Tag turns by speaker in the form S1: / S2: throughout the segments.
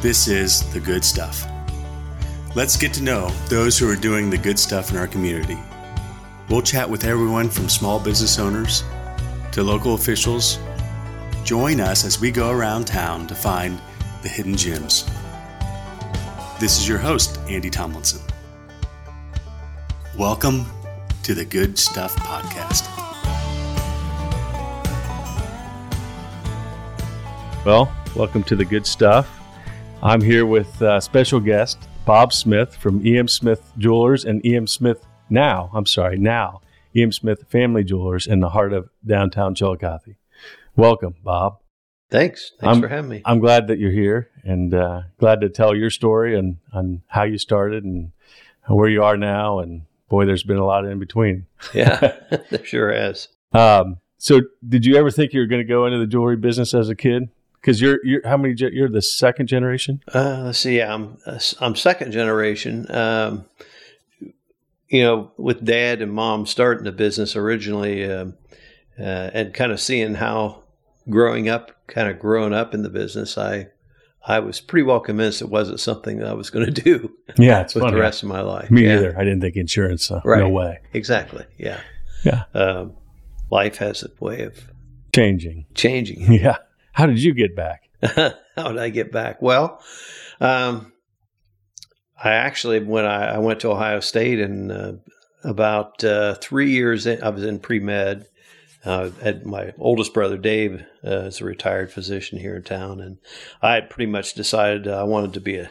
S1: This is The Good Stuff. Let's get to know those who are doing the good stuff in our community. We'll chat with everyone from small business owners to local officials. Join us as we go around town to find the hidden gems. This is your host, Andy Tomlinson. Welcome to the Good Stuff Podcast.
S2: Well, welcome to the good stuff. I'm here with uh, special guest Bob Smith from EM Smith Jewelers and EM Smith now. I'm sorry, now EM Smith Family Jewelers in the heart of downtown Chillicothe. Welcome, Bob.
S3: Thanks. Thanks
S2: I'm-
S3: for having me.
S2: I'm glad that you're here and uh, glad to tell your story and on how you started and where you are now. And boy, there's been a lot in between.
S3: yeah, there sure is.
S2: Um, so, did you ever think you were going to go into the jewelry business as a kid? Because you're, you're how many? ge- You're the second generation.
S3: Uh, let's see. I'm uh, I'm second generation. Um, you know, with dad and mom starting the business originally, um, uh, and kind of seeing how growing up, kind of growing up in the business, I I was pretty well convinced it wasn't something that I was going to do
S2: Yeah, it's
S3: with
S2: funny.
S3: the rest of my life.
S2: Me
S3: Yeah,
S2: either. I didn't think insurance. Uh, No
S3: Right.
S2: way.
S3: Exactly. Yeah.
S2: Yeah.
S3: Um, life has a way of
S2: Changing.
S3: changing.
S2: Yeah. How did you get back?
S3: How did I get back? Well, um, I actually when I, I went to Ohio State and uh, about uh, three years in, I was in pre med. Uh, had my oldest brother Dave uh, is a retired physician here in town, and I had pretty much decided I wanted to be a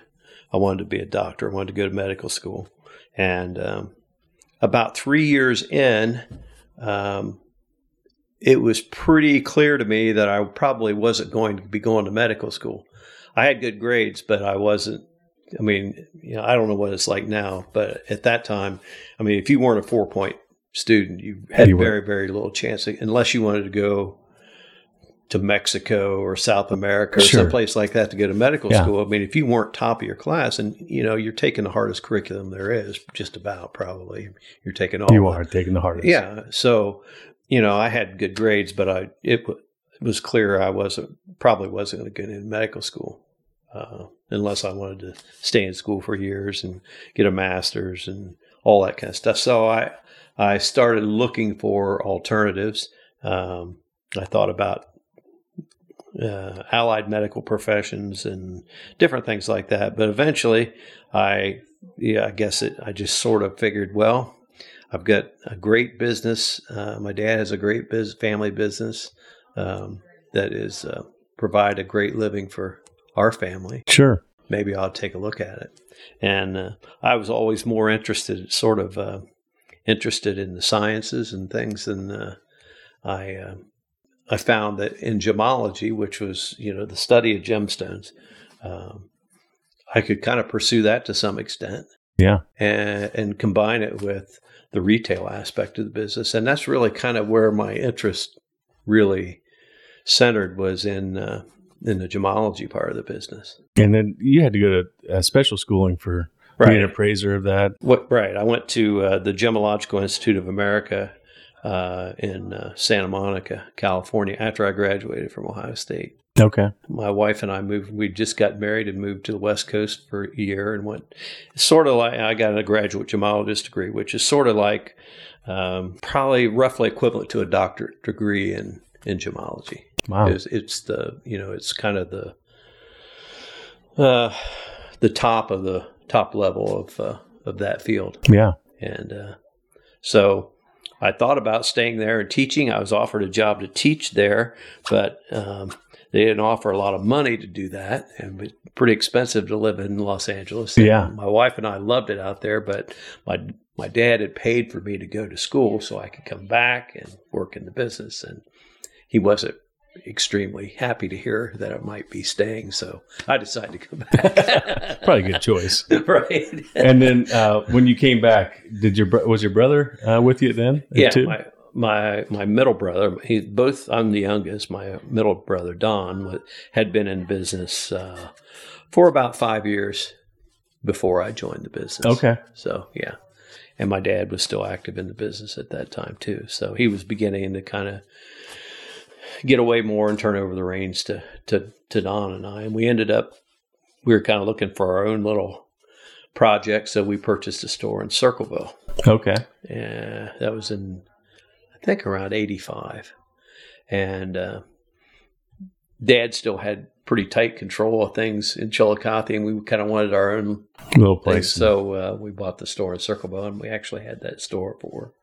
S3: I wanted to be a doctor. I wanted to go to medical school, and um, about three years in. Um, it was pretty clear to me that I probably wasn't going to be going to medical school. I had good grades, but I wasn't. I mean, you know, I don't know what it's like now, but at that time, I mean, if you weren't a four point student, you had
S2: You were-
S3: very, very little chance, unless you wanted to go to Mexico or South America or
S2: Sure.
S3: someplace like that to go to medical
S2: Yeah.
S3: school. I mean, if you weren't top of your class, and you know, you're taking the hardest curriculum there is, just about probably, you're taking all
S2: You
S3: of it.
S2: are taking the hardest.
S3: Oh, Yeah. So, you know, I had good grades, but I it, w- it was clear I wasn't probably wasn't going to get into medical school uh, unless I wanted to stay in school for years and get a master's and all that kind of stuff. So I I started looking for alternatives. Um, I thought about uh, allied medical professions and different things like that. But eventually, I yeah, I guess it. I just sort of figured, well, I've got a great business. Uh, my dad has a great bus family business um, that is uh, provide a great living for our family.
S2: Sure.
S3: Maybe I'll take a look at it. And uh, I was always more interested, sort of uh, interested in the sciences and things. And uh, I uh, I found that in gemology, which was you know the study of gemstones, um, I could kind of pursue that to some extent
S2: Yeah.
S3: and, and combine it with the retail aspect of the business. And that's really kind of where my interest really centered was in uh, in the gemology part of the business.
S2: And then you had to go to uh, special schooling for being an appraiser of that.
S3: What, right. I went to uh, the Gemological Institute of America uh, in uh, Santa Monica, California, after I graduated from Ohio State.
S2: Okay.
S3: my wife and I moved. We just got married and moved to the West Coast for a year, and went sort of like I got a graduate gemologist degree, which is sort of like um, probably roughly equivalent to a doctorate degree in in gemology.
S2: Wow.
S3: It's, it's the you know it's kind of the uh, the top of the top level of uh, of that field.
S2: Yeah.
S3: And uh, so I thought about staying there and teaching. I was offered a job to teach there, but um, they didn't offer a lot of money to do that. And it's pretty expensive to live in Los Angeles.
S2: Yeah.
S3: And my wife and I loved it out there, but my my dad had paid for me to go to school so I could come back and work in the business. And he wasn't extremely happy to hear that I might be staying. So I decided to come back.
S2: Probably a good choice.
S3: right.
S2: and then uh, when you came back, did your bro- was your brother uh, with you then?
S3: yeah,
S2: too?
S3: my my my middle brother. He both. I'm the youngest. My middle brother Don wa- had been in business uh, for about five years before I joined the business.
S2: okay.
S3: So yeah, and my dad was still active in the business at that time too. So he was beginning to kind of get away more and turn over the reins to to to Don and I, and we ended up we were kind of looking for our own little project, so we purchased a store in Circleville.
S2: Okay.
S3: Yeah, that was in I think around '85, and uh, Dad still had pretty tight control of things in Chillicothe, and we kind of wanted our own
S2: Little
S3: thing.
S2: place.
S3: So uh, we bought the store in Circleville, and we actually had that store for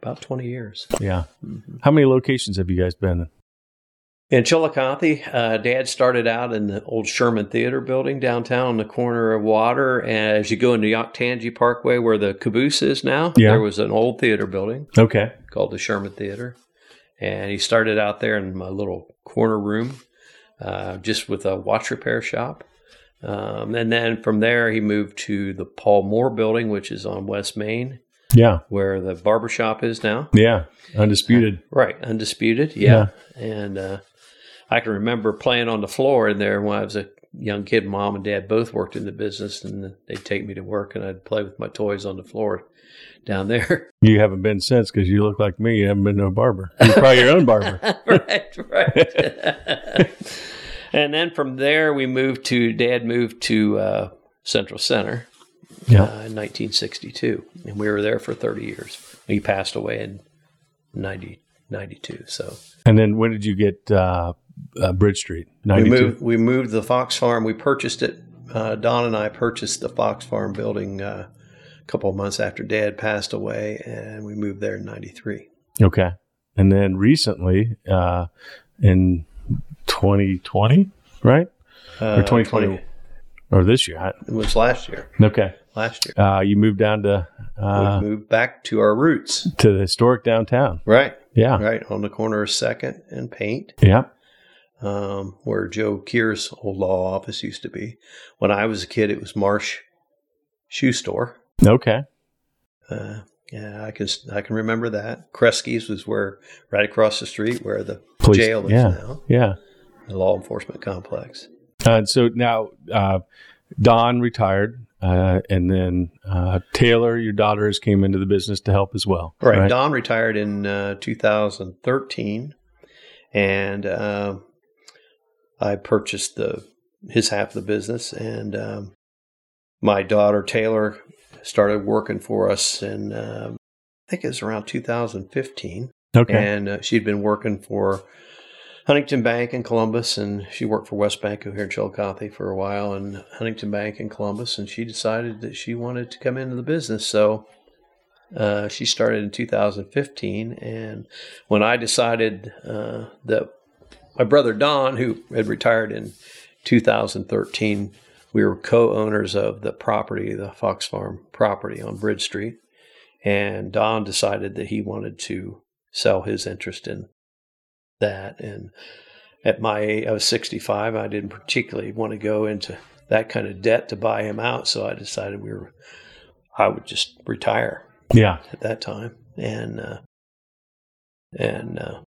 S3: about 20 years.
S2: yeah.
S3: Mm-hmm.
S2: How many locations have you guys been in?
S3: In Chillicothe, uh, Dad started out in the old Sherman Theater building downtown on the corner of Water. And as you go into Yoctangi Parkway, where the caboose is now,
S2: Yeah.
S3: there was an old theater building
S2: Okay.
S3: called the Sherman Theater. And he started out there in my little corner room, uh, just with a watch repair shop. Um, and then from there, he moved to the Paul Moore building, which is on West Main,
S2: Yeah.
S3: where the barber shop is now.
S2: Yeah. Undisputed.
S3: Right, undisputed. Yeah, and uh, I can remember playing on the floor in there when I was a young kid. Mom and dad both worked in the business, and they'd take me to work, and I'd play with my toys on the floor down there.
S2: You haven't been since because you look like me. You haven't been to a barber. You're probably your own barber.
S3: right, right. and then from there, we moved to dad moved to uh, Central Center.
S2: Yeah.
S3: uh, in 1962, and we were there for 30 years. He passed away in 90, 92, so.
S2: And then when did you get uh, uh, Bridge Street?
S3: We
S2: 92.
S3: moved, we moved the Fox Farm. We purchased it. Uh, Don and I purchased the Fox Farm building uh, a couple of months after Dad passed away, and we moved there in '93.
S2: Okay. And then recently uh, in 2020, right?
S3: Uh,
S2: 2021. Or this year. I-
S3: It was last year.
S2: Okay.
S3: Last year,
S2: Uh, you moved down to uh,
S3: we moved back to our roots.
S2: to the historic downtown.
S3: Right,
S2: Yeah.
S3: right on the corner of Second and Paint,
S2: Yeah.
S3: um, where Joe Keir's old law office used to be. When I was a kid, it was Marsh Shoe Store.
S2: Okay.
S3: Uh, yeah, I can I can remember that. Kresge's was where right across the street where the
S2: Police-
S3: jail is
S2: yeah.
S3: now,
S2: Yeah.
S3: the law enforcement complex.
S2: Uh, and so now uh, Don retired. Uh, and then uh, Taylor, your daughter, has came into the business to help as well.
S3: Right. Don retired in uh, 2013, and um I purchased the his half of the business, and um, my daughter Taylor started working for us in um I think it was around 2015.
S2: Okay.
S3: and uh, she'd been working for Huntington Bank in Columbus, and she worked for West Bank here in Chillicothe for a while, and Huntington Bank in Columbus, and she decided that she wanted to come into the business, so uh, she started in 2015, and when I decided uh, that my brother Don, who had retired in 2013, we were co-owners of the property, the Fox Farm property on Bridge Street, and Don decided that he wanted to sell his interest in that. And at my, I was 65. I didn't particularly want to go into that kind of debt to buy him out. So I decided we were, I would just retire
S2: yeah.
S3: at that time. And, uh, and, uh,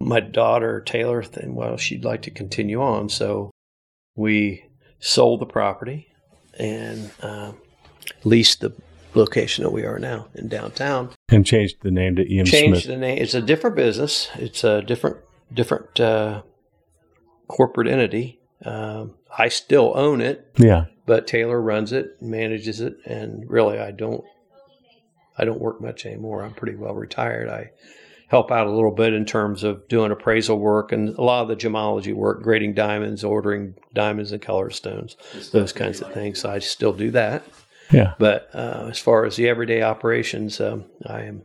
S3: my daughter Taylor, then, well, she'd like to continue on. So we sold the property and, uh, leased the location that we are now in downtown
S2: And changed the name to E.M.
S3: changed
S2: Smith.
S3: the name. It's a different business. It's a different different uh, corporate entity. Um, I still own it,
S2: Yeah.
S3: but Taylor runs it, manages it, and really, I don't I don't work much anymore. I'm pretty well retired. I help out a little bit in terms of doing appraisal work and a lot of the gemology work, grading diamonds, ordering diamonds and color stones, those kinds of things. I still do that.
S2: Yeah.
S3: But uh, as far as the everyday operations, um, I am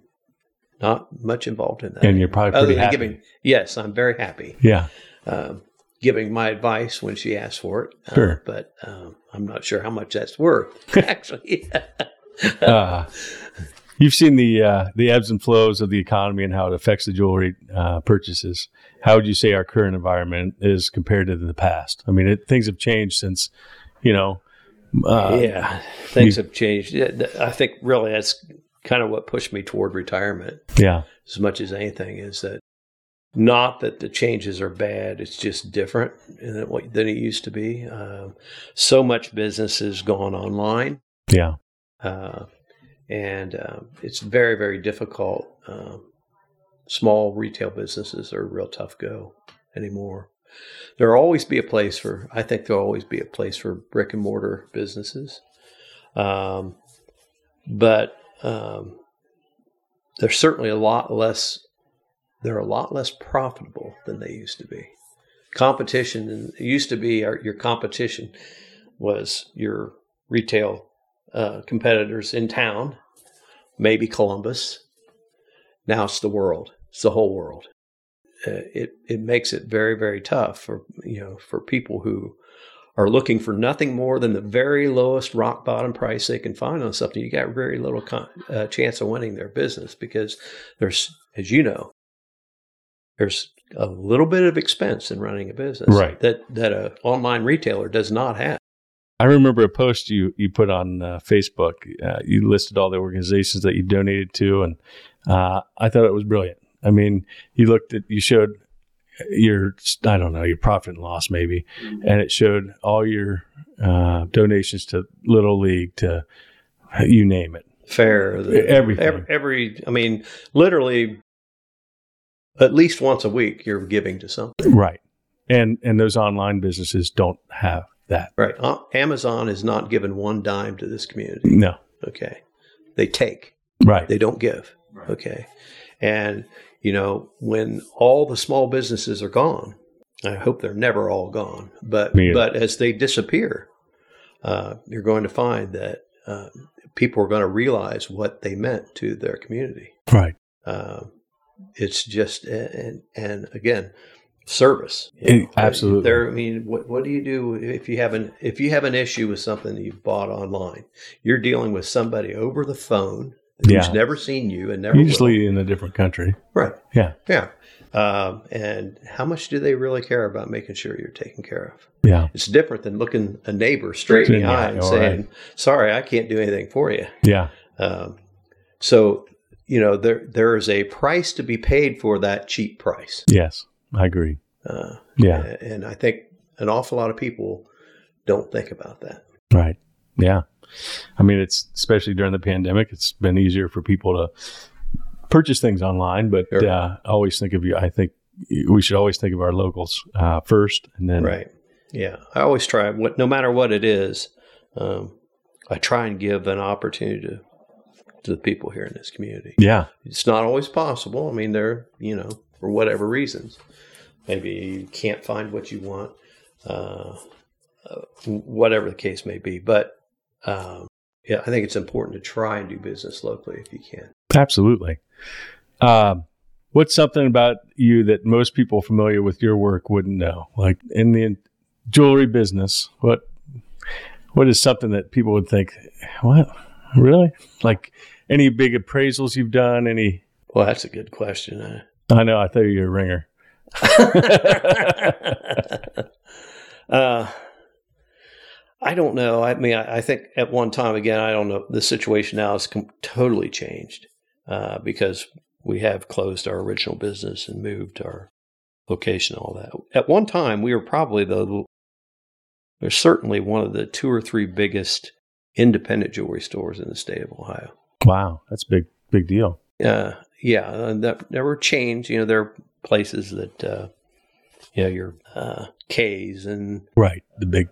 S3: not much involved in that.
S2: And you're probably
S3: Other
S2: pretty
S3: than
S2: happy.
S3: giving, yes, I'm very happy
S2: yeah.
S3: um, giving my advice when she asks for it. Uh,
S2: Sure.
S3: But um, I'm not sure how much that's worth, actually.
S2: uh, you've seen the uh, the ebbs and flows of the economy and how it affects the jewelry uh, purchases. How would you say our current environment is compared to the past? I mean, it, things have changed since, you know. Uh,
S3: yeah, things have changed. Yeah, th- I think really that's kind of what pushed me toward retirement
S2: yeah,
S3: as much as anything is that not that the changes are bad, it's just different than what- than it used to be. Um, so much business has gone online.
S2: yeah,
S3: uh, and uh, it's very very difficult. Um, small retail businesses are a real tough go anymore. there'll always be a place for. I think there'll always be a place for brick and mortar businesses, um, but um, they're certainly a lot less. They're a lot less profitable than they used to be. Competition and it used to be our, your competition was your retail uh, competitors in town, maybe Columbus. Now it's the world. It's the whole world. Uh, it it makes it very very tough for you know for people who are looking for nothing more than the very lowest rock bottom price they can find on something. You got very little con- uh, chance of winning their business because there's as you know there's a little bit of expense in running a business
S2: Right.
S3: that that a online retailer does not have.
S2: I remember a post you you put on uh, Facebook. Uh, you listed all the organizations that you donated to, and uh, I thought it was brilliant. I mean, you looked at you showed your I don't know your profit and loss maybe,
S3: Mm-hmm.
S2: and it showed all your uh, donations to Little League to you name it.
S3: fair. the-
S2: E-, Everything.
S3: Every, every, I mean, literally, at least once a week, you're giving to something.
S2: Right, and and those online businesses don't have that.
S3: Right. Uh, Amazon is not giving one dime to this community.
S2: No,
S3: Okay. They take,
S2: right,
S3: they don't give. Okay. And, you know, when all the small businesses are gone, I hope they're never all gone, but,
S2: Me either.
S3: but as they disappear, uh, you're going to find that uh, people are going to realize what they meant to their community.
S2: right.
S3: uh, it's just and and again service
S2: It- absolutely.
S3: there i mean what, what do you do if you have an if you have an issue with something that you bought online you're dealing with somebody over the phone who's
S2: Yeah.
S3: never seen you and never will.
S2: Usually in a different country.
S3: right
S2: Yeah.
S3: yeah um, and how much do they really care about making sure you're taken care of
S2: Yeah,
S3: it's different than looking a neighbor straight in the
S2: Yeah,
S3: eye and
S2: all
S3: saying sorry i can't do anything for you
S2: yeah,
S3: um, so you know there there is a price to be paid for that cheap price,
S2: yes, I agree.
S3: uh,
S2: Yeah.
S3: a- and I think an awful lot of people don't think about that.
S2: Right. Yeah. I mean, it's especially during the pandemic, it's been easier for people to purchase things online, but
S3: Sure.
S2: uh, always think of you. I think we should always think of our locals uh, first and then
S3: Right? Yeah, I always try what no matter what it is, um, I try and give an opportunity to to the people here in this community.
S2: Yeah.
S3: It's not always possible. I mean, they're you know for whatever reasons, maybe you can't find what you want, uh, uh, whatever the case may be. But um, yeah, I think it's important to try and do business locally if you can.
S2: Absolutely. Um, what's something about you that most people familiar with your work wouldn't know? Like in the jewelry business, what what is something that people would think, what? Really? Like any big appraisals you've done, any
S3: Well, that's a good question. I-
S2: I know. I thought you were a ringer.
S3: uh, I don't know. I mean, I, I think at one time, again, I don't know. The situation now has com- totally changed uh, because we have closed our original business and moved our location, and all that. At one time, we were probably the, there's certainly one of the two or three biggest independent jewelry stores in the state of Ohio
S2: Wow, that's a big, big deal.
S3: uh, yeah, uh, that, there were chains. You know, there are places that, uh, you know, your uh, K's and
S2: Right. The big.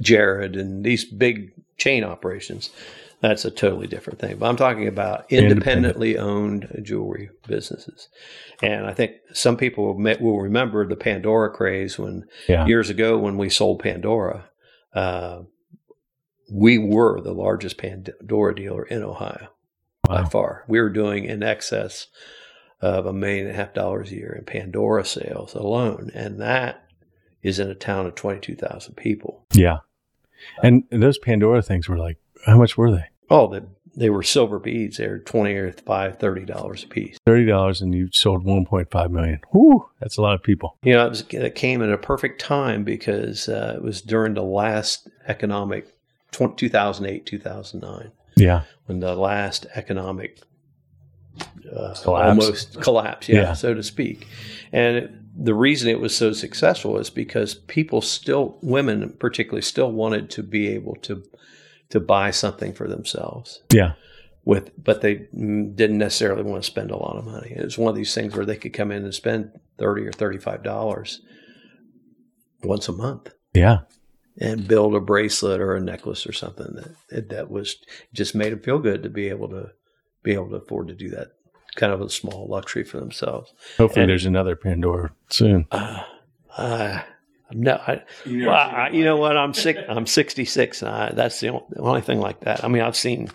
S3: Jared and these big chain operations. That's a totally different thing. But I'm talking about independently owned jewelry businesses. And I think some people will me- will remember the Pandora craze when
S2: Yeah.
S3: years ago when we sold Pandora. Uh, we were the largest Pandora dealer in Ohio by
S2: Wow.
S3: far. We were doing in excess of a million and a half dollars a year in Pandora sales alone, and that is in a town of twenty-two thousand people.
S2: Yeah. And those Pandora things were like, how much were they?
S3: Oh, they, they were silver beads. They were twenty or five, thirty dollars a piece.
S2: Thirty dollars, and you sold one point five million. Whoo, that's a lot of people.
S3: You know, it, was, it came at a perfect time because uh, it was during the last economic, two thousand eight, two thousand nine.
S2: Yeah.
S3: when the last economic uh,
S2: Collapse.
S3: almost collapse, yeah,
S2: Yeah.
S3: so to speak. And it, the reason it was so successful is because people still, women particularly, still wanted to be able to to buy something for themselves.
S2: Yeah.
S3: With, but they mm, didn't necessarily want to spend a lot of money. It was one of these things where they could come in and spend thirty or thirty-five dollars once a month
S2: Yeah.
S3: and build a bracelet or a necklace or something that that was just made them feel good to be able to be able to afford to do that kind of a small luxury for themselves.
S2: Hopefully,
S3: And-
S2: there's another Pandora soon.
S3: Uh, uh, I'm not, I,
S1: You
S3: well, I, you know what? I'm sick. I'm 66, and I, that's the only, the only thing like that. I mean, I've seen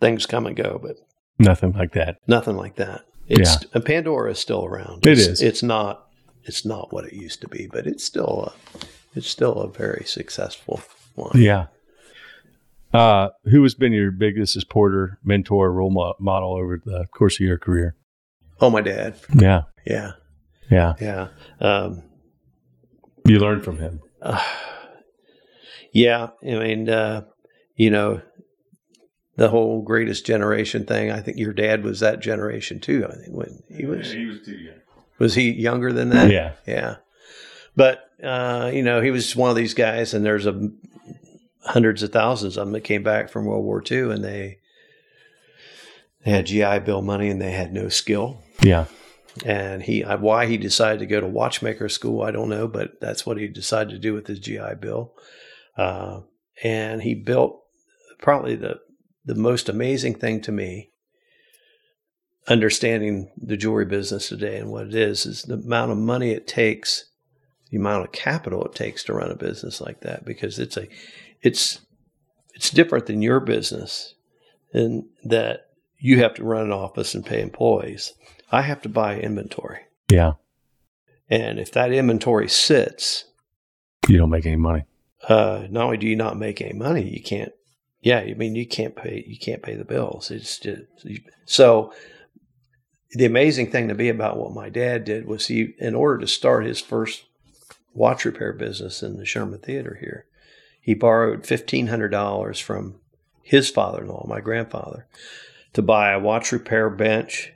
S3: things come and go, but
S2: Nothing like that.
S3: nothing like that. It's and Pandora is still around.
S2: It
S3: It's,
S2: is.
S3: It's not. It's not what it used to be, but it's still a, it's still a very successful one.
S2: Yeah. Uh, who has been your biggest supporter, mentor, role mo- model over the course of your career?
S3: Oh, my dad.
S2: Yeah.
S3: Yeah,
S2: Yeah.
S3: yeah. Um,
S2: You learned from him.
S3: Uh, yeah, I mean, uh, you know, the whole greatest generation thing. I think your dad was that generation too. I think when he was
S1: was too young.
S3: was he younger than that?
S2: Yeah.
S3: yeah. But uh, you know, he was one of these guys, and there's a hundreds of thousands of them that came back from World War II, and they they had GI Bill money, and they had no skill
S2: Yeah.
S3: and he I- why he decided to go to watchmaker school i don't know but that's what he decided to do with his gi bill uh, and he built probably the the most amazing thing to me understanding the jewelry business today and what it is is the amount of money it takes the amount of capital it takes to run a business like that because it's a it's it's different than your business in that you have to run an office and pay employees I have to buy inventory.
S2: Yeah.
S3: And if that inventory sits,
S2: You don't make any money.
S3: uh, not only do you not make any money, you can't. Yeah, I mean you can't pay you can't pay the bills. It's just you, so. The amazing thing to me about what my dad did was he, in order to start his first watch repair business in the Sherman Theater here, he borrowed fifteen hundred dollars from his father-in-law, my grandfather, to buy a watch repair bench,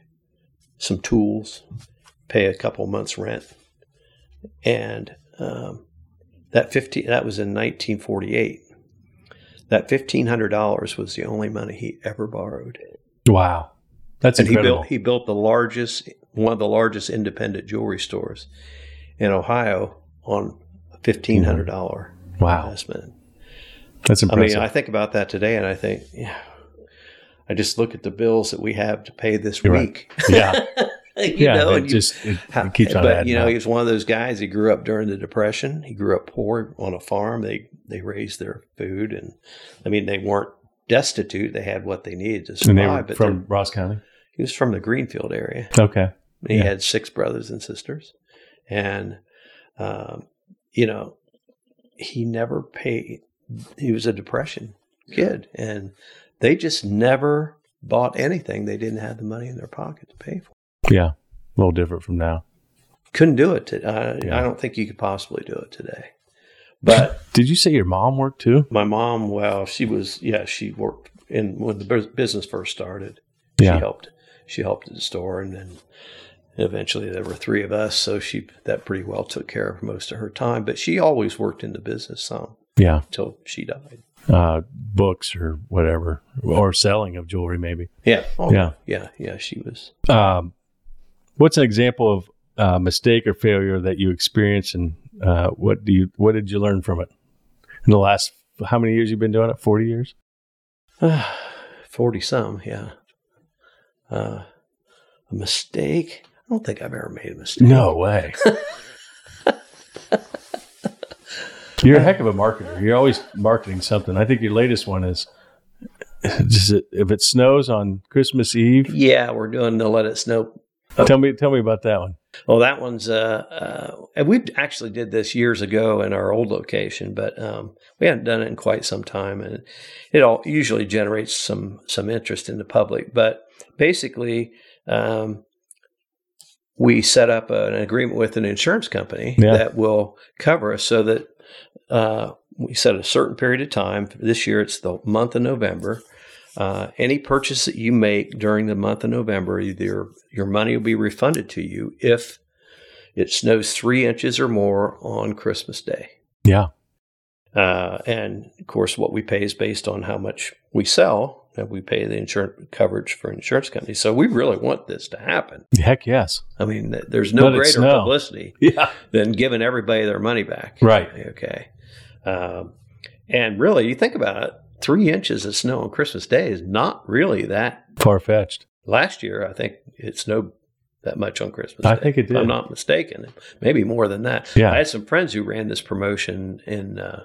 S3: some tools, pay a couple months' rent, and um, that fifteen that was in 1948. That fifteen hundred dollars was the only money he ever borrowed,
S2: Wow. That's
S3: and he
S2: incredible.
S3: built he built the largest one of the largest independent jewelry stores in Ohio on a fifteen hundred dollar
S2: Mm-hmm. wow.
S3: investment.
S2: That's
S3: I mean,
S2: impressive.
S3: I think about that today, and I think, yeah, I just look at the bills that we have to pay this
S2: You're right.
S3: week.
S2: yeah.
S3: you
S2: Yeah.
S3: know,
S2: it
S3: and you-
S2: just it,
S3: how-
S2: it keeps on
S3: but
S2: adding
S3: you know,
S2: up.
S3: he was one of those guys. He grew up during the depression. He grew up poor on a farm. They they raised their food, and I mean, they weren't destitute. They had what they needed to survive.
S2: and they were
S3: but
S2: from
S3: they're-
S2: Ross County.
S3: he was from the Greenfield area.
S2: Okay.
S3: He
S2: Yeah.
S3: had six brothers and sisters, and um, you know, he never paid. He was a depression kid, and they just never bought anything they didn't have the money in their pocket to pay for.
S2: Yeah. A little different from now.
S3: Couldn't do it. To, I,
S2: Yeah.
S3: I don't think you could possibly do it today. But
S2: Did you say your mom worked too?
S3: my mom, well, she was yeah, she worked in when the bus- business first started. She
S2: Yeah.
S3: helped. She helped at the store, and then eventually there were three of us. So she that pretty well took care of most of her time. But she always worked in the business some
S2: Yeah.
S3: until she died.
S2: Uh, books or whatever, or selling of jewelry, maybe.
S3: Yeah. Oh,
S2: Yeah.
S3: Yeah. Yeah. She was.
S2: um, what's an example of uh, mistake or failure that you experienced, and uh, what do you what did you learn from it in the last how many years you've been doing it? Forty years.
S3: Forty some, yeah. Uh, a mistake? I don't think I've ever made a mistake.
S2: No way. You're a heck of a marketer. You're always marketing something. I think your latest one is just if it snows on Christmas Eve.
S3: Yeah, we're doing the let it snow
S2: Tell me, tell me about that one.
S3: Well, that one's uh, uh, and we actually did this years ago in our old location, but um, we hadn't done it in quite some time, and it all usually generates some some interest in the public. But basically, um, we set up an agreement with an insurance company
S2: Yeah.
S3: that will cover us, so that uh, we set a certain period of time. This year, it's the month of November. Uh, any purchase that you make during the month of November, either your money will be refunded to you if it snows three inches or more on Christmas Day.
S2: Yeah.
S3: Uh, and of course, what we pay is based on how much we sell. And we pay the insurance coverage for insurance companies. So we really want this to happen.
S2: Heck yes.
S3: I mean, th- there's no
S2: Let it
S3: greater
S2: snow.
S3: publicity
S2: Yeah.
S3: than giving everybody their money back.
S2: Right.
S3: Okay. Um, and really, you think about it, three inches of snow on Christmas Day is not really that.
S2: Far fetched.
S3: Last year, I think it snowed that much on Christmas
S2: I
S3: Day,
S2: think it
S3: If I'm
S2: did.
S3: not mistaken. Maybe more than that.
S2: Yeah.
S3: I had some friends who ran this promotion in uh,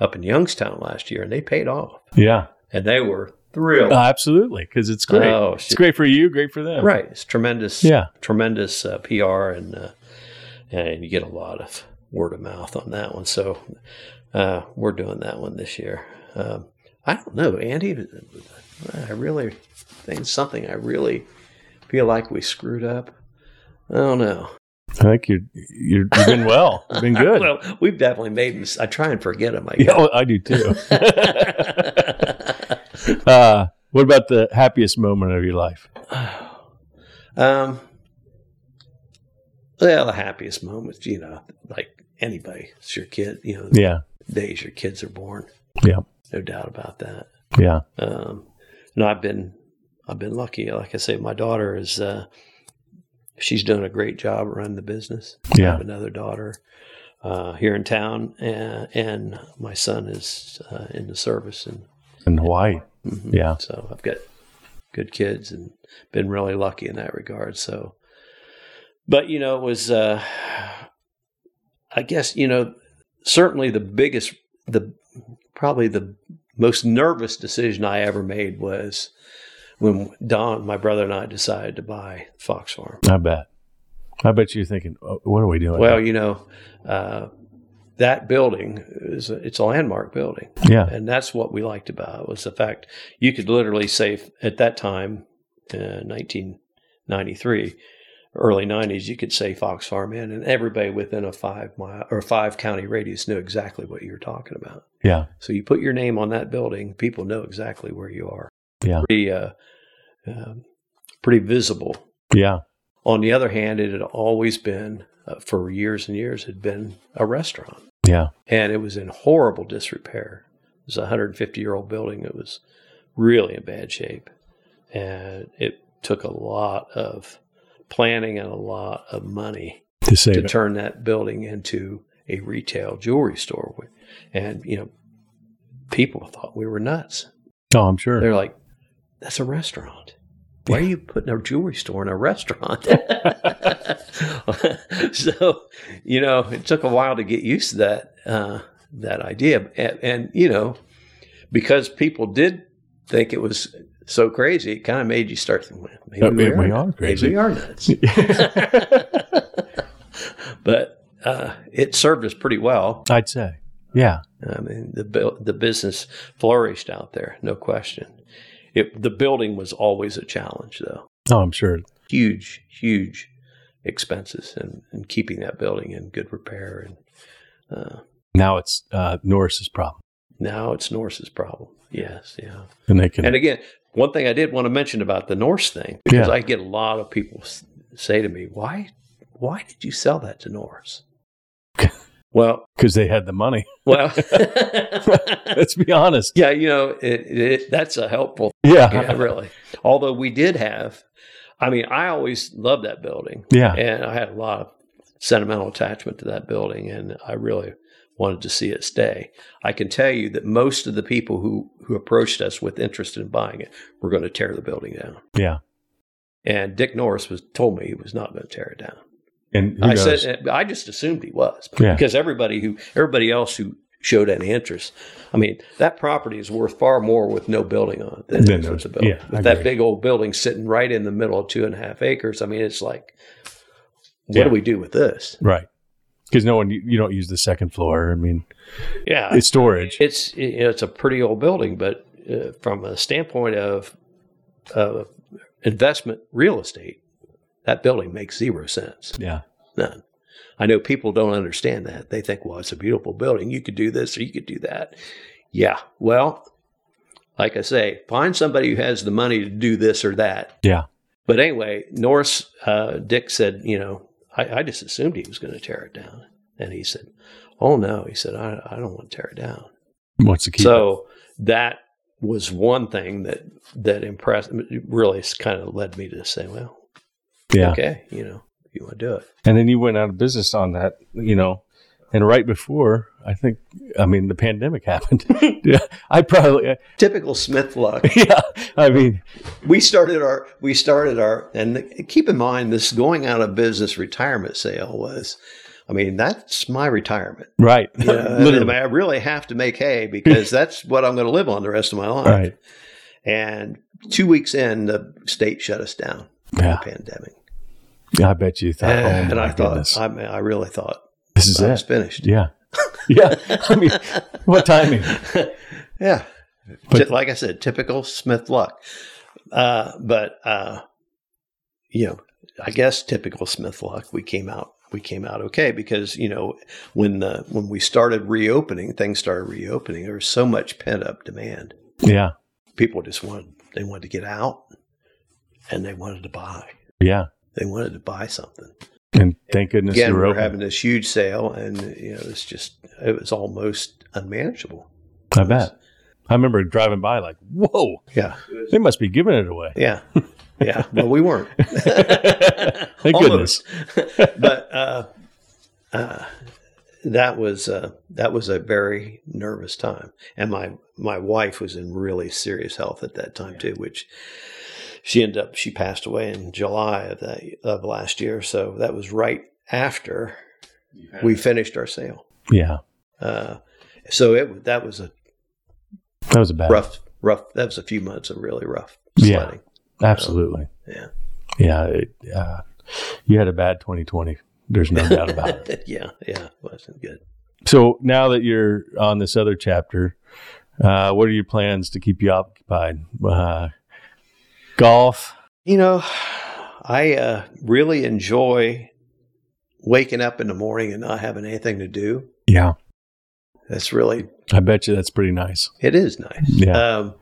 S3: up in Youngstown last year, and they paid off,
S2: Yeah.
S3: and they were thrilled.
S2: Uh, absolutely. Because it's great.
S3: Oh,
S2: it's
S3: shit.
S2: great for you, great for them.
S3: Right. It's tremendous.
S2: Yeah.
S3: Tremendous uh, PR and uh, and you get a lot of word of mouth on that one. So uh, we're doing that one this year. Um, I don't know, Andy. I really think something I really feel like we screwed up. I don't know.
S2: I think you're, you're, you've been well. You've been good.
S3: Well, we've definitely made mistakes. I try and forget them. I
S2: yeah,
S3: guess.
S2: well, I do too. uh, what about the happiest moment of your life?
S3: Um, well, the happiest moments, you know, like anybody, it's your kid, you know,
S2: Yeah.
S3: days your kids are born.
S2: Yeah.
S3: No doubt about that.
S2: Yeah.
S3: Um, no, I've been, I've been lucky. Like I say, my daughter is, uh, she's doing a great job running the business. I
S2: Yeah.
S3: have another daughter uh, here in town, and, and my son is uh, in the service, and
S2: In Hawaii.
S3: mhm.
S2: Yeah.
S3: so I've got good kids and been really lucky in that regard. So, but you know, it was, uh, I guess, you know, certainly the biggest, the probably the most nervous decision I ever made was when Don, my brother, and I decided to buy Fox Farm.
S2: I bet. I bet you're thinking, oh, what are we doing?
S3: Well, you know, uh, that building is a, it's a landmark building.
S2: yeah.
S3: and that's what we liked about it was the fact you could literally say at that time uh, 1993 early 90s you could say fox farm in and everybody within a five mile or five county radius knew exactly what you were talking about
S2: Yeah.
S3: so you put your name on that building people know exactly where you are
S2: Yeah.
S3: pretty, uh, um, pretty visible
S2: Yeah.
S3: on the other hand it had always been uh, for years and years had been a restaurant
S2: Yeah.
S3: and it was in horrible disrepair. It was a 150 year old building that was really in bad shape, and it took a lot of planning and a lot of money
S2: To save
S3: to
S2: it.
S3: turn that building into a retail jewelry store. with- And you know, people thought we were nuts.
S2: oh, I'm sure.
S3: They're like, "That's a restaurant." Why are you putting a jewelry store in a restaurant? so, you know, it took a while to get used to that uh, that idea, and, and you know, because people did think it was so crazy, it kind of made you start thinking, well, maybe,
S2: Uh,
S3: we,
S2: maybe
S3: are
S2: we are
S3: nuts.
S2: crazy.
S3: Maybe we are nuts. but uh, it served us pretty well.
S2: I'd say. Yeah.
S3: I mean, the bu- the business flourished out there, no question. It, the building was always a challenge, though.
S2: Oh, I'm sure.
S3: Huge, huge expenses and, and keeping that building in good repair. And uh,
S2: Now it's uh, Norris's problem.
S3: now it's Norse's problem. Yes, yeah.
S2: And they can.
S3: And again, one thing I did want to mention about the Norse thing because
S2: Yeah.
S3: I get a lot of people s- say to me, "Why, why did you sell that to Norse?" well,
S2: Because they had the money.
S3: well.
S2: Let's be honest.
S3: Yeah, you know, it, it, that's a helpful
S2: Yeah.
S3: yeah, really. Although we did have, I mean, I always loved that building,
S2: Yeah.
S3: and I had a lot of sentimental attachment to that building, and I really wanted to see it stay. I can tell you that most of the people who who approached us with interest in buying it were going to tear the building down,
S2: Yeah.
S3: and Dick Norris was told me he was not going to tear it down.
S2: And who
S3: I
S2: knows?
S3: said uh, I just assumed he was
S2: Yeah.
S3: because everybody who everybody else who showed any interest. I mean, that property is worth far more with no building on it than
S2: Than
S3: it is
S2: no-
S3: with the building.
S2: yeah, I
S3: with that
S2: agree.
S3: big old building sitting right in the middle of two and a half acres, I mean, it's like, what
S2: Yeah.
S3: do we do with this?
S2: Right. Because no one, you, you don't use the second floor. I mean,
S3: Yeah,
S2: it's storage.
S3: it's you know, it's a pretty old building, but uh, from a standpoint of uh, investment real estate, that building makes zero sense.
S2: Yeah.
S3: None. I know people don't understand that. They think, well, it's a beautiful building. You could do this or you could do that. Yeah. Well, like I say, find somebody who has the money to do this or that.
S2: Yeah.
S3: But anyway, Norris, uh, Dick said, you know, I, I just assumed he was going to tear it down. And he said, Oh no, he said, I, I don't want to tear it down.
S2: What's the key?
S3: So that was one thing that that impressed really kind of led me to say, well,
S2: yeah.
S3: okay, you know, if you want to do it.
S2: And then you went out of business on that, you know. And right before, I think, I mean, the pandemic happened. yeah, I probably,
S3: Typical Smith luck.
S2: yeah, I mean,
S3: we started our we started our and keep in mind this going out of business retirement sale was I mean, that's my retirement.
S2: right,
S3: You know, I, mean,
S2: literally,
S3: I really have to make hay because that's what I'm going to live on the rest of my life.
S2: right,
S3: And two weeks in, the state shut us down.
S2: Yeah.
S3: The pandemic.
S2: yeah. I bet you thought, oh
S3: and
S2: my
S3: I thought,
S2: goodness,
S3: I, mean, I really thought
S2: this is
S3: I was
S2: it.
S3: finished.
S2: Yeah, yeah. I mean, what timing?
S3: Yeah.
S2: But-
S3: Ti- like I said, typical Smith luck. Uh, but uh, you know, I guess typical Smith luck. We came out we came out okay because you know when the when we started reopening, things started reopening. There was so much pent up demand.
S2: Yeah,
S3: People just wanted they wanted to get out, and they wanted to buy.
S2: yeah.
S3: They wanted to buy something.
S2: And thank goodness
S3: Again,
S2: you
S3: we
S2: were
S3: we're
S2: open.
S3: having this huge sale, and you know it's just it was almost unmanageable.
S2: I bet. I remember driving by, like, whoa,
S3: Yeah,
S2: they must be giving it away.
S3: Yeah. Yeah. But we weren't.
S2: Thank
S3: Almost. but uh, uh, that was uh, that was a very nervous time. And my my wife was in really serious health at that time too, which she ended up she passed away in July of that of last year. So that was right after we finished our sale.
S2: Yeah,
S3: Uh, so it that was a
S2: that was a bad.
S3: rough rough that was a few months of really rough
S2: Yeah.
S3: sledding.
S2: Absolutely.
S3: Yeah.
S2: Yeah. It, uh, you had a bad 2020. There's no doubt about it.
S3: yeah, yeah, wasn't good.
S2: So now that you're on this other chapter, uh, what are your plans to keep you occupied? Uh, golf.
S3: You know, I uh, really enjoy waking up in the morning and not having anything to do.
S2: Yeah.
S3: That's really
S2: I bet you that's pretty nice.
S3: it is nice.
S2: Yeah.
S3: Um,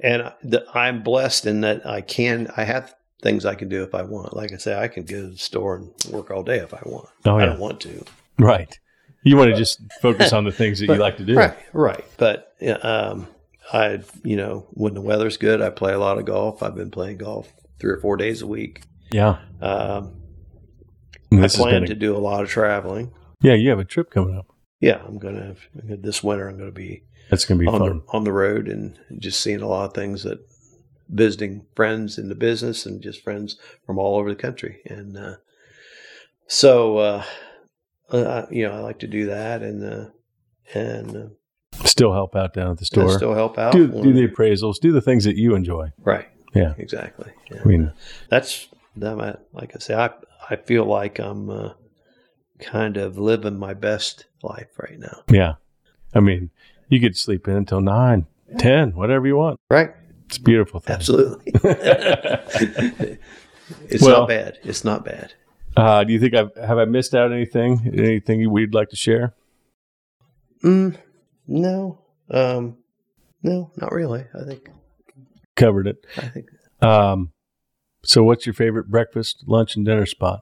S3: and I- the, I'm blessed in that I can I have things I can do if I want. Like I say, I can go to the store and work all day if I want.
S2: oh,
S3: I
S2: yeah.
S3: don't want to.
S2: Right. You want to just focus on the things that you
S3: But-
S2: like to do.
S3: Right, right. But yeah, um, I, you know, when the weather's good, I play a lot of golf. I've been playing golf three or four days a week.
S2: Yeah.
S3: Um,
S2: And
S3: I
S2: This has
S3: plan
S2: been
S3: to
S2: a,
S3: do a lot of traveling.
S2: yeah. You have a trip coming up.
S3: yeah, I'm gonna this winter. I'm gonna be
S2: That's going to be
S3: on
S2: fun.
S3: the, on the road and just seeing a lot of things that visiting friends in the business and just friends from all over the country. And uh, so, uh, uh, you know, I like to do that and uh, and uh,
S2: Still help out down at the store.
S3: still help out.
S2: do,
S3: when-
S2: do the appraisals. Do the things that you enjoy.
S3: right?
S2: Yeah.
S3: exactly. Yeah.
S2: I mean,
S3: That's that. I- Like I say, I I feel like I'm uh, kind of living my best life right now.
S2: yeah. I mean, you could sleep in until nine, ten, whatever you want.
S3: Right.
S2: It's a beautiful thing.
S3: Absolutely. it's
S2: Well-
S3: not bad. It's not bad.
S2: Uh, do you think I've have I missed out anything? Anything we'd like to share?
S3: Mm, no. Um, no, not really. I think.
S2: Covered it.
S3: I think.
S2: Um, so, what's your favorite breakfast, lunch, and dinner spot?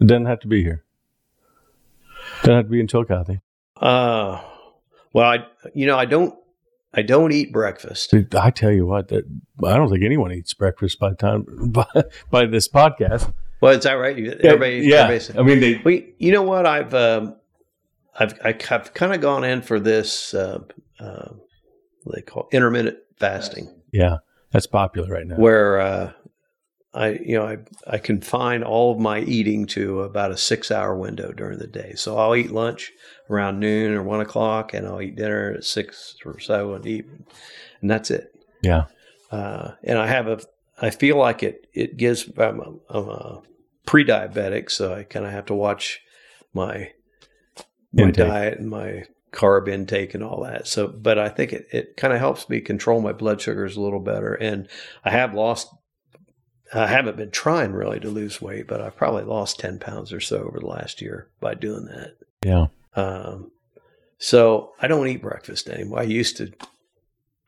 S2: It doesn't have to be here. Doesn't have to be in Chillicothe.
S3: Uh, well, I you know I don't I don't eat breakfast.
S2: Dude, I tell you what, that, I don't think anyone eats breakfast by the time by, by this podcast.
S3: Well, is that right? You- Everybody,
S2: yeah.
S3: everybody's-
S2: I mean, they.
S3: Well, you know what? I've um, I've I've kind of gone in for this. Uh, uh, what they call intermittent fasting.
S2: Yeah, that's popular right now.
S3: where uh, I you know I I confine all of my eating to about a six hour window during the day. So I'll eat lunch around noon or one o'clock, and I'll eat dinner at six or so, and eat, and that's it.
S2: Yeah,
S3: Uh, and I have a I feel like it it gives I'm a, I'm a pre-diabetic, so I kind of have to watch my my
S2: Intake.
S3: diet and my carb intake and all that. So, but I think it, it kind of helps me control my blood sugars a little better. And I have lost, I haven't been trying really to lose weight, but I've probably lost 10 pounds or so over the last year by doing that.
S2: yeah,
S3: Um, so I don't eat breakfast anymore. I used to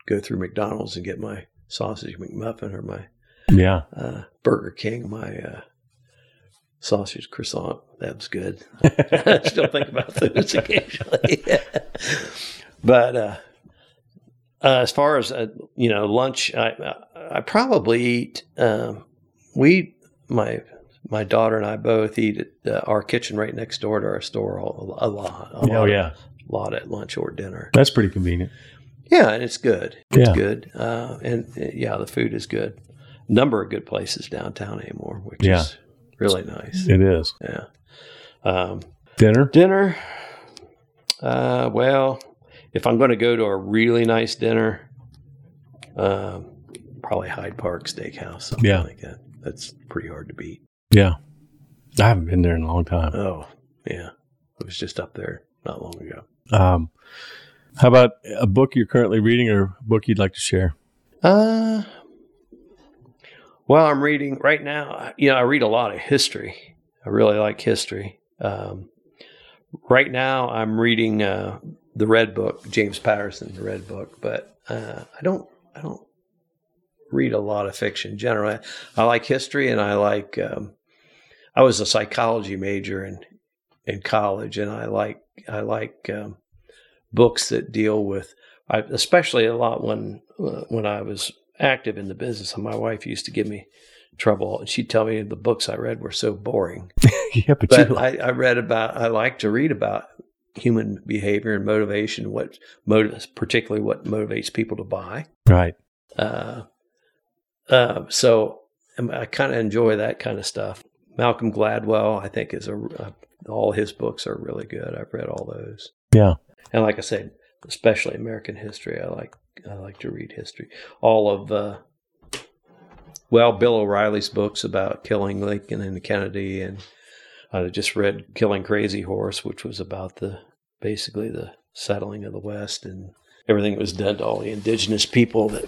S3: go through McDonald's and get my sausage McMuffin or my
S2: yeah.
S3: uh, Burger King, my uh, sausage croissant. That was good. I still think about those occasionally. but uh, uh, as far as uh, you know, lunch, I I- I probably eat. Um, we my my daughter and I both eat at uh, our kitchen right next door to our store a, a lot. A
S2: Oh
S3: lot,
S2: yeah,
S3: a lot at lunch or dinner.
S2: that's pretty convenient.
S3: Yeah, and it's good. It's
S2: Yeah.
S3: good. Uh, and uh, yeah, the food is good. Number of good places downtown anymore, which
S2: Yeah.
S3: is really nice.
S2: It is
S3: Yeah. Um,
S2: dinner.
S3: dinner. Uh, well, if I'm going to go to a really nice dinner, um, probably Hyde Park Steakhouse, something
S2: Yeah.
S3: like that. That's pretty hard to beat.
S2: Yeah, I haven't been there in a long time.
S3: Oh, yeah. It was just up there not long ago.
S2: Um, how about a book you're currently reading or a book you'd like to share?
S3: Uh, well, I'm reading right now. uh, You know, I read a lot of history. I really like history. Um, right now, I'm reading uh, the Red Book, James Patterson, the Red Book. But uh, I don't, I don't read a lot of fiction generally. I like history, and I like. Um, I was a psychology major in in college, and I like I like um, books that deal with I, especially a lot when uh, when I was active in the business, and my wife used to give me trouble, and she'd tell me the books I read were so boring.
S2: yeah, but,
S3: But
S2: you
S3: I, I read about I like to read about human behavior and motivation, what motivates, particularly what motivates people to buy.
S2: right.
S3: Uh, uh, so um, I kind of enjoy that kind of stuff. Malcolm Gladwell, I think, is a uh, all his books are really good. I've read all those.
S2: Yeah.
S3: and like I said, especially American history. I like I like to read history. All of uh, well, Bill O'Reilly's books about killing Lincoln and Kennedy, and I just read Killing Crazy Horse, which was about the basically the settling of the West and everything that was done to all the indigenous people that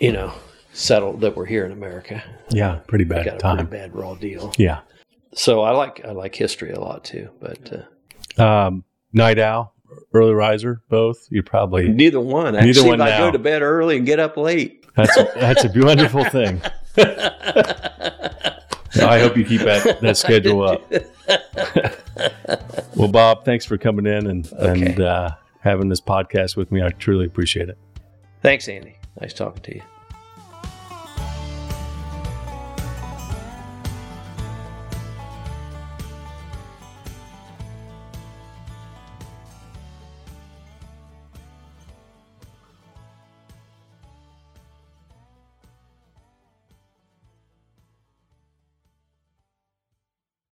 S3: you know settled that were here in America.
S2: Yeah, pretty
S3: Got
S2: bad
S3: a
S2: time.
S3: pretty bad raw deal.
S2: Yeah.
S3: So I like I like history a lot too, but uh,
S2: Um, night owl, early riser, both. You're probably
S3: neither one.
S2: Neither
S3: Actually,
S2: one
S3: if I
S2: now.
S3: go to bed early and get up late.
S2: that's a, that's a wonderful thing. I hope you keep that, that schedule up. well, Bob, thanks for coming in and and
S3: Okay.
S2: uh, having this podcast with me. I truly appreciate it.
S3: Thanks, Andy. Nice talking to you.